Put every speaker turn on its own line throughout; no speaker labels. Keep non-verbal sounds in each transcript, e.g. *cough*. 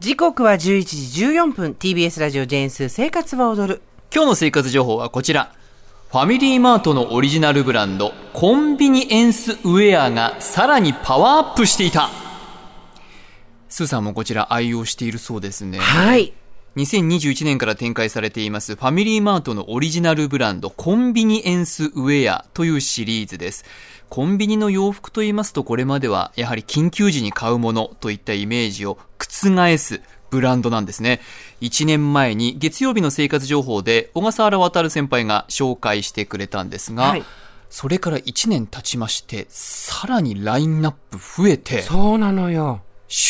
時刻は11時14分 TBS ラジオジェーンス生活は踊る
今日の生活情報はこちらファミリーマートのオリジナルブランドコンビニエンスウェアがさらにパワーアップしていたスーさんもこちら愛用しているそうですね
はい
2021年から展開されていますファミリーマートのオリジナルブランドコンビニエンスウェアというシリーズですコンビニの洋服と言いますとこれまではやはり緊急時に買うものといったイメージを覆すブランドなんですね1年前に月曜日の生活情報で小笠原渉先輩が紹介してくれたんですが、
はい
それから1年経ちましてさらにラインナップ増えて
そうなのよ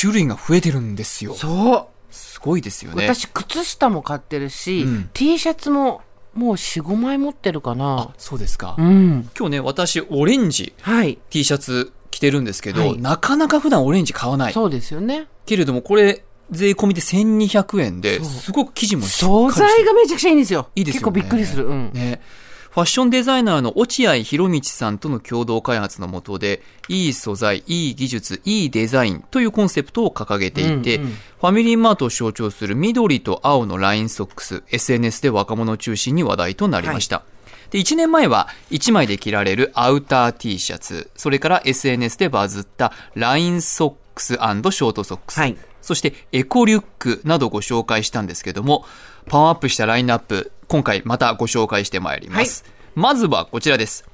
種類が増えてるんですよ
そう
すごいですよね
私靴下も買ってるし、
うん
T シャツももう45枚持ってるかな
そうですか
うん
今日ね私オレンジ
はい
T シャツ着てるんですけど、
はい
なかなか普段オレンジ買わない
そうですよね
けれどもこれ税込みで1200円で
そう
すごく生地もしっ
素
かりして
材がめちゃくちゃいいんですよ
いいですよ
結
ね
構びっくりするうん、
ね、ファッションデザイナーの落合博道さんとの共同開発のもとでいい素材いい技術いいデザインというコンセプトを掲げていて、
うんうん
ファミリーマートを象徴する緑と青のラインソックス SNS で若者を中心に話題となりました、で1年前は1枚で着られるアウター T シャツそれから SNS でバズったラインソックスショートソックス、
はい
そしてエコリュックなどご紹介したんですけども、パワーアップしたラインナップ、今回またご紹介してまいります。まずはこちらです。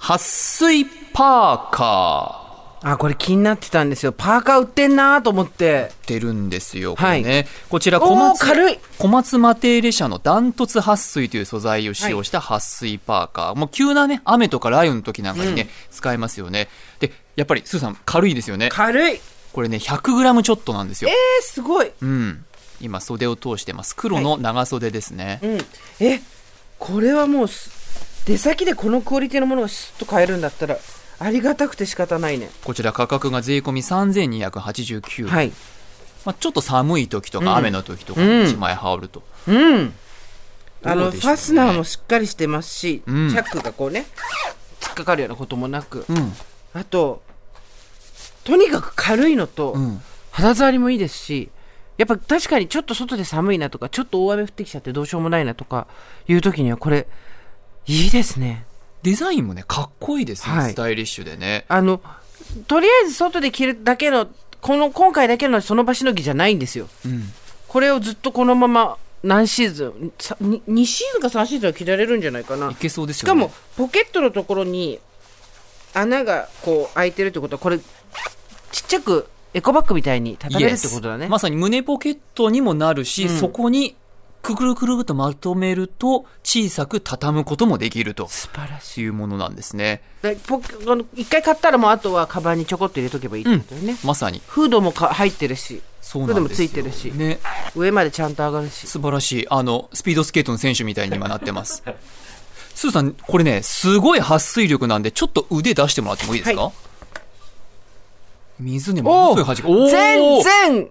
撥水パーカー。
あこれ気になってたんですよパーカー売ってんなと思って
てるんですよ、こ
はい
れね。こちら小
おお
松
軽い
小松マテーレ社のダントツ撥水という素材を使用した撥水パーカー、もう急なね雨とか雷雨の時なんかにね、
うん
使えますよねでやっぱりスーさん軽いですよね
軽いえ
これね 100g ちょっとなんですよ、
ー、すごい
うん今袖を通してます黒の長袖ですね、
うんえこれはもうす出先でこのクオリティのものがスッと買えるんだったらありがたくて仕方ないね
こちら価格が税込み3289円、
はい
まあ、ちょっと寒い時と
うん
か雨の時とか
うん
に1枚羽織ると、
うんあ
ど
の、
うでし
フ
ょうね
ァスナーもしっかりしてますし、
うん
チャックがこうね突っかかるようなこともなく
うん
あととにかく軽いのと、
うん
肌触りもいいですしやっぱ確かにちょっと外で寒いなとかちょっと大雨降ってきちゃってどうしようもないなとかいう時にはこれいいですね
デザインもねかっこいいですね、
はい
スタイリッシュでね
あのとりあえず外で着るだけのこの今回だけのその場しのぎじゃないんですよ
うん
これをずっとこのまま何シーズンさに 2, シーズンか3シーズンは着られるんじゃないかない
けそうです
し
よ
か
ね
もポケットのところに穴がこう開いてるってことはこれちっちゃくエコバッグみたいに立たれるってことだね、
Yes まさに胸ポケットにもなるし、
うん
そこにくるくるくるっとまとめると小さく畳むこともできると
素晴らしい
いうものなんですね
だポあの一回買ったらもうあとはカバンにちょこっと入れとけばいいってことよね、
まさに
フードもか入ってるし
そうなんで
これ
すよ
でもついてるし
ね
上までちゃんと上がるし
素晴らしいあのスピードスケートの選手みたいに今なってます *laughs* スーさんこれねすごい撥水力なんでちょっと腕出してもらってもいいですか、
は
水ねものすごい弾くおー
全然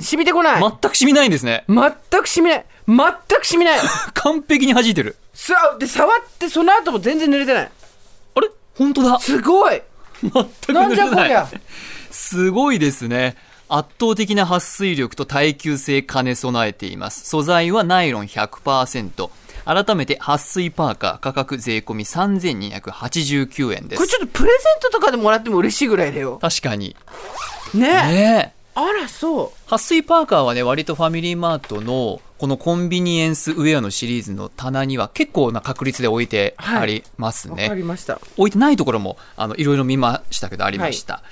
染みてこない、
全く染みないんですね *laughs*
全く染みない全く染みない
完璧に弾いてる
さで触ってその後も全然濡れてない
あれ本当だ
すごい
*laughs* 全く濡
な
れ
ん
て
じゃこ
な
り
い
ゃ
すごいですね圧倒的な撥水力と耐久性兼ね備えています素材はナイロン100%改めて撥水パーカー価格税込み3289円で
これ
す
ちょっとプレゼントとかでもらっても嬉しいぐらいだよ
確かに
ね
ねえ
あらそ
撥水パーカーはね割とファミリーマートのこのコンビニエンスウェアのシリーズの棚には結構な確率で置いて
はい
あります
うわ
ね、
かりました
置いてないところもあのいろいろ見ましたけどありました、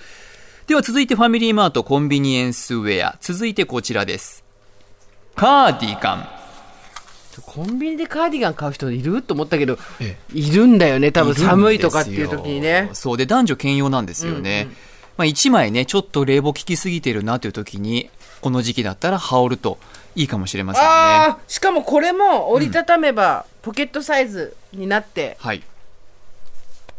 では続いてファミリーマートコンビニエンスウェア続いてこちらですカーディガン
コンビニでカーディガン買う人いると思ったけど
え
いるんだよね多分
いるんですよ
寒いとかっていう時にね
そうで男女兼用なんですよね、まあ、1枚ねちょっと冷房効きすぎてるなという時にこの時期だったら羽織るといいかもしれませんね
ああしかもこれも折りたためばポケットサイズになって
はい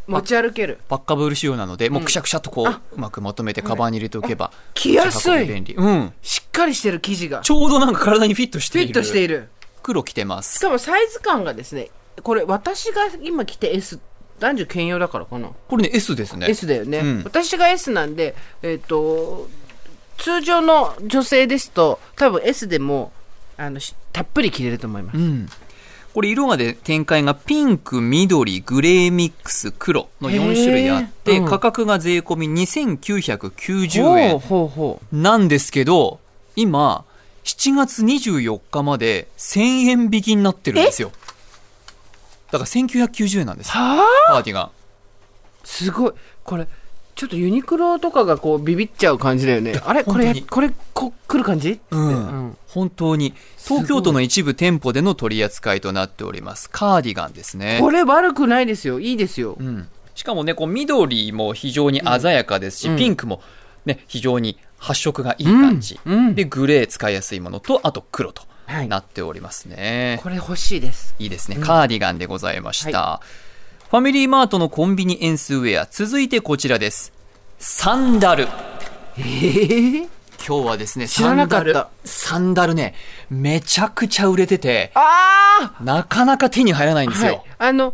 持ち歩ける、
パッカブル仕様なので、もうくしゃくしゃっとこう、
あ
うまくまとめてカバンに入れておけば、
着やす
持ち運び
い
便利。うん。
しっかりしてる生地が
ちょうどなんか体にフィットして
フ
い
ィ
る。
ットして
い
いる
黒着てま
し
す。
かもサイズ感がですねこれ私が今着て S 男女兼用だからかな
これね、S ですね。
S だよね、
うん
私が S なんでえっ、と通常の女性ですと多分 S でもあのしたっぷり着れると思います、
うん、これ色がで展開がピンク緑グレーミックス黒の4種類あって、
へーうん
価格が税込み2990
ほう
円
ほうほう
なんですけど今7月24日まで1000円引きになってるんですよだから1990円なんです
はあ
パーティーが
すごいこれちょっとユニクロとかがこうビビっちゃう感じだよねあれこ
本
れ
当に
これこ来る感じって、
うん本当に
ごい
東京都の一部店舗での取り扱いとなっておりますカーディガンですね
これ悪くないですよいいですよ、
うん、しかもねこう緑も非常に鮮やかですし、
うん
ピンクも、ね、非常に発色がいい感じ、
うんうん
でグレー使いやすいものとあと黒と
はい
なっておりますね、
これ欲しいです
いいですね、
うん
カーディガンでございました、ファミリーマートのコンビニエンスウェア続いてこちらですサンダル
えー、
今日はですね
知らなかった
サンダルサンダルねめちゃくちゃ売れてて
あ
なかなか手に入らないんです
は
よ、
いあの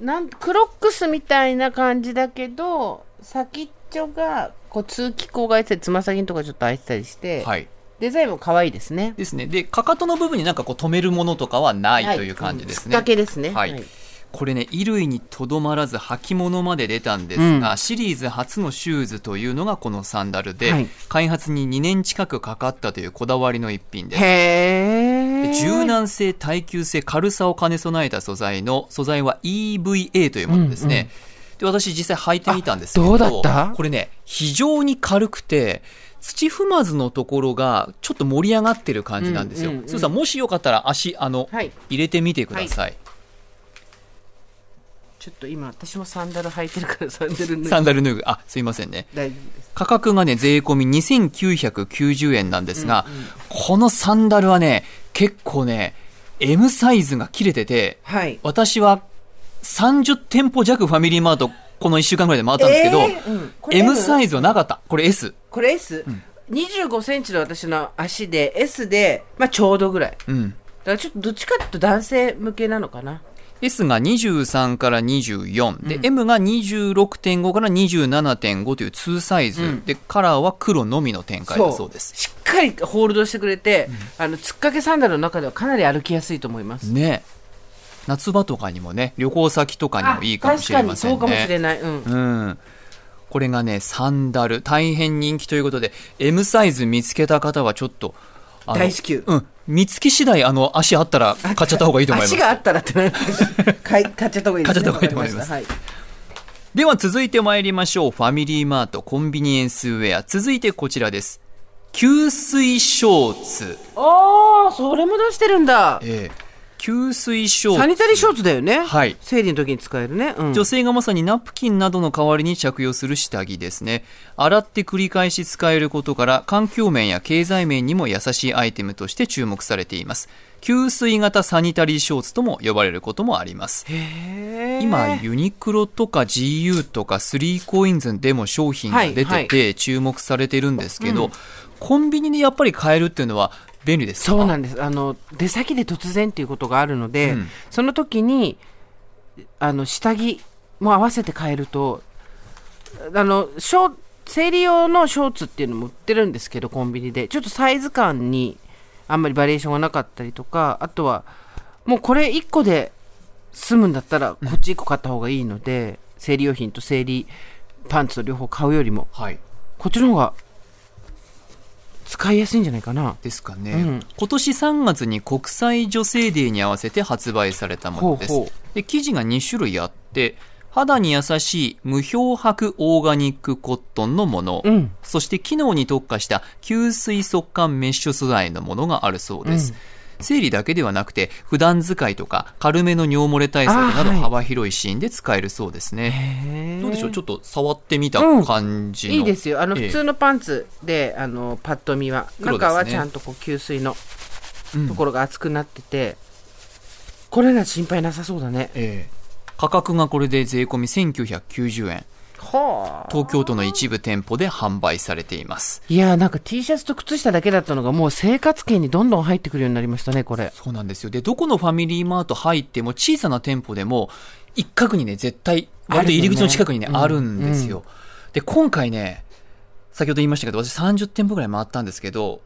なんクロックスみたいな感じだけど先っちょがこう通気口が開いてたりつま先のとかちょっと開いてたりして、
はい
デザインも可愛いですね
ですねでかかとの部分になんかこう止めるものとかはない
は
という感じです
き
ね、
っかけですね
はいこれね衣類にとどまらず履物まで出たんですが、シリーズ初のシューズというのがこのサンダルで、
はい
開発に2年近くかかったというこだわりの一品です
へ
で
え
柔軟性耐久性軽さを兼ね備えた素材の素材は EVA というものですね、で私実際履いてみたんですけど
あどうだった
これね非常に軽くて土踏まずのところがちょっと盛り上がってる感じなんですよ、
うんうんうん
すずさんもしよかったら足あの、
はい
入れてみてください、
ちょっと今私もサンダル履いてるからサンダル脱い
サンダル脱ぐあすいませんね
大丈夫です
価格がね税込み2990円なんですが、このサンダルはね結構ね M サイズが切れてて
はい
私は30店舗弱ファミリーマートこの1週間ぐらいで回ったんですけど、
えーうんこれ
M サイズはなかったこれ S
これ S、25センチの私の足で S で、まあ、ちょうどぐらいだ
うん
からちょっとどっちかっていうと男性向けなのかな
S が23から24で、M が26.5から27.5という2サイズ、
うん
でカラーは黒のみの展開だそうです
しっかりホールドしてくれて、あの突っかけサンダルの中ではかなり歩きやすいと思います、
ね夏場とかにもね旅行先とかに
あ
もいいかもしれませんね
確かにそうかもしれない、うん
うん。これがね、サンダル、大変人気ということで、M サイズ見つけた方はちょっと、あの
大至急
うん。見つけ次第、あの、足あったら買っちゃった方がいいと思います
足。があったらってなる
*laughs*
買い買っちゃった方がいいです、ね、
買っちゃった方がいいと思います
わかり
では続いて参りましょう。ファミリーマート、コンビニエンスウェア。続いてこちらです。吸水ショーツ。
したはい、ああそれも出してるんだ
ええ吸水ショーツ。
サニタリーショーツだよね
はい
生理の時に使えるね、うん、
女性がまさにナプキンなどの代わりに着用する下着ですね洗って繰り返し使えることから環境面や経済面にも優しいアイテムとして注目されています吸水型サニタリーショーツとも呼ばれることもあります
へー
今ユニクロとか GU とか 3COINS でも商品が出
は
て
い
て注目されてるんですけど、コンビニでやっぱり買えるっていうのは便利ですか
そうなんですあの出先で突然っていうことがあるので、
うん
その時にあの下着も合わせて買えるとあのショー生理用のショーツっていうのも売ってるんですけどコンビニでちょっとサイズ感にあんまりバリエーションがなかったりとかあとはもうこれ1個で済むんだったらこっち1個買った方がいいので、生理用品と生理パンツを両方買うよりも
はい
こっちの方が使いやすいんじゃないかな。
ですかね、
うん
今年3月に国際女性デーに合わせて発売されたものです
ほうほ
で生地が2種類あって肌に優しい無漂白オーガニックコットンのもの、
うん
そして機能に特化した吸水速乾メッシュ素材のものがあるそうです、
うん
生理だけではなくて普段使いとか軽めの尿漏れ対策など
あはい
幅広いシーンで使えるそうですね、
へー
どうでしょうちょっと触ってみた
うん
感じの、
いいですよあの
ええ
普通のパンツで、あのパッと見は、
黒ですね
中はちゃんとこう吸水の
うん
ところが厚くなってて、これなら心配なさそうだね
ええ価格がこれで税込み1990円
はあ
東京都の一部店舗で販売されています
いやーなんか T シャツと靴下だけだったのがもう生活圏にどんどん入ってくるようになりましたねこれ
そうなんですよでどこのファミリーマート入っても小さな店舗でも一角にね絶対割と入り口の近くにねあ
あ
る
るよね
んですよ、で今回ね先ほど言いましたけど、私30店舗ぐらい回ったんですけど、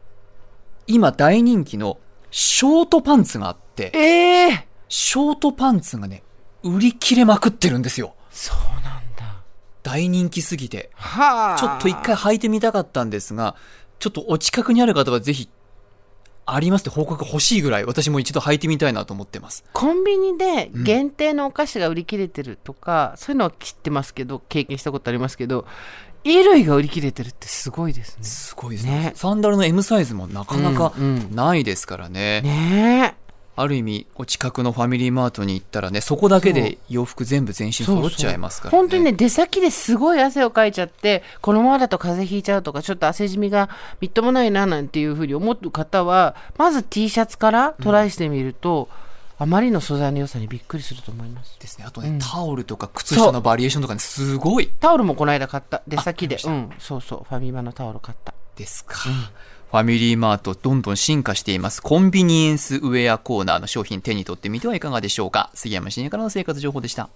今大人気のショートパンツがあって、
ええ
ショートパンツがね、売り切れまくってるんですよ。
そうなんだ
大人気すぎて。
はあ
ちょっと一回履いてみたかったんですが、ちょっとお近くにある方はぜひ、ありますって報告欲しいぐらい、私も一度履いてみたいなと思ってます。
コンビニで限定のお菓子が売り切れてるとか、そういうのは知ってますけど経験したことありますけど衣類が売り切れてるってすごいですね
すごいですね。
ね
サンダルの M サイズもなかなか
うんうん
ないですからね。
ね
ある意味、お近くのファミリーマートに行ったらね、そこだけで洋服全部全身
え
揃っちゃいますからね。
本当にね出先ですごい汗をかいちゃってこのままだと風邪ひいちゃうとかちょっと汗染みがみっともないななんていうふうに思う方はまず T シャツからトライしてみると、あまりの素材の良さにびっくりすると思います
ですね。あとね、タオルとか靴下のバリエーションとかね、すごい
タオルもこの間買った出先で
あ
う
買
んそうそうファミマのタオル買った
ですか。ファミリーマートどんどん進化しています。コンビニエンスウェアコーナーの商品手に取ってみてはいかがでしょうか。杉山深也からの生活情報でした。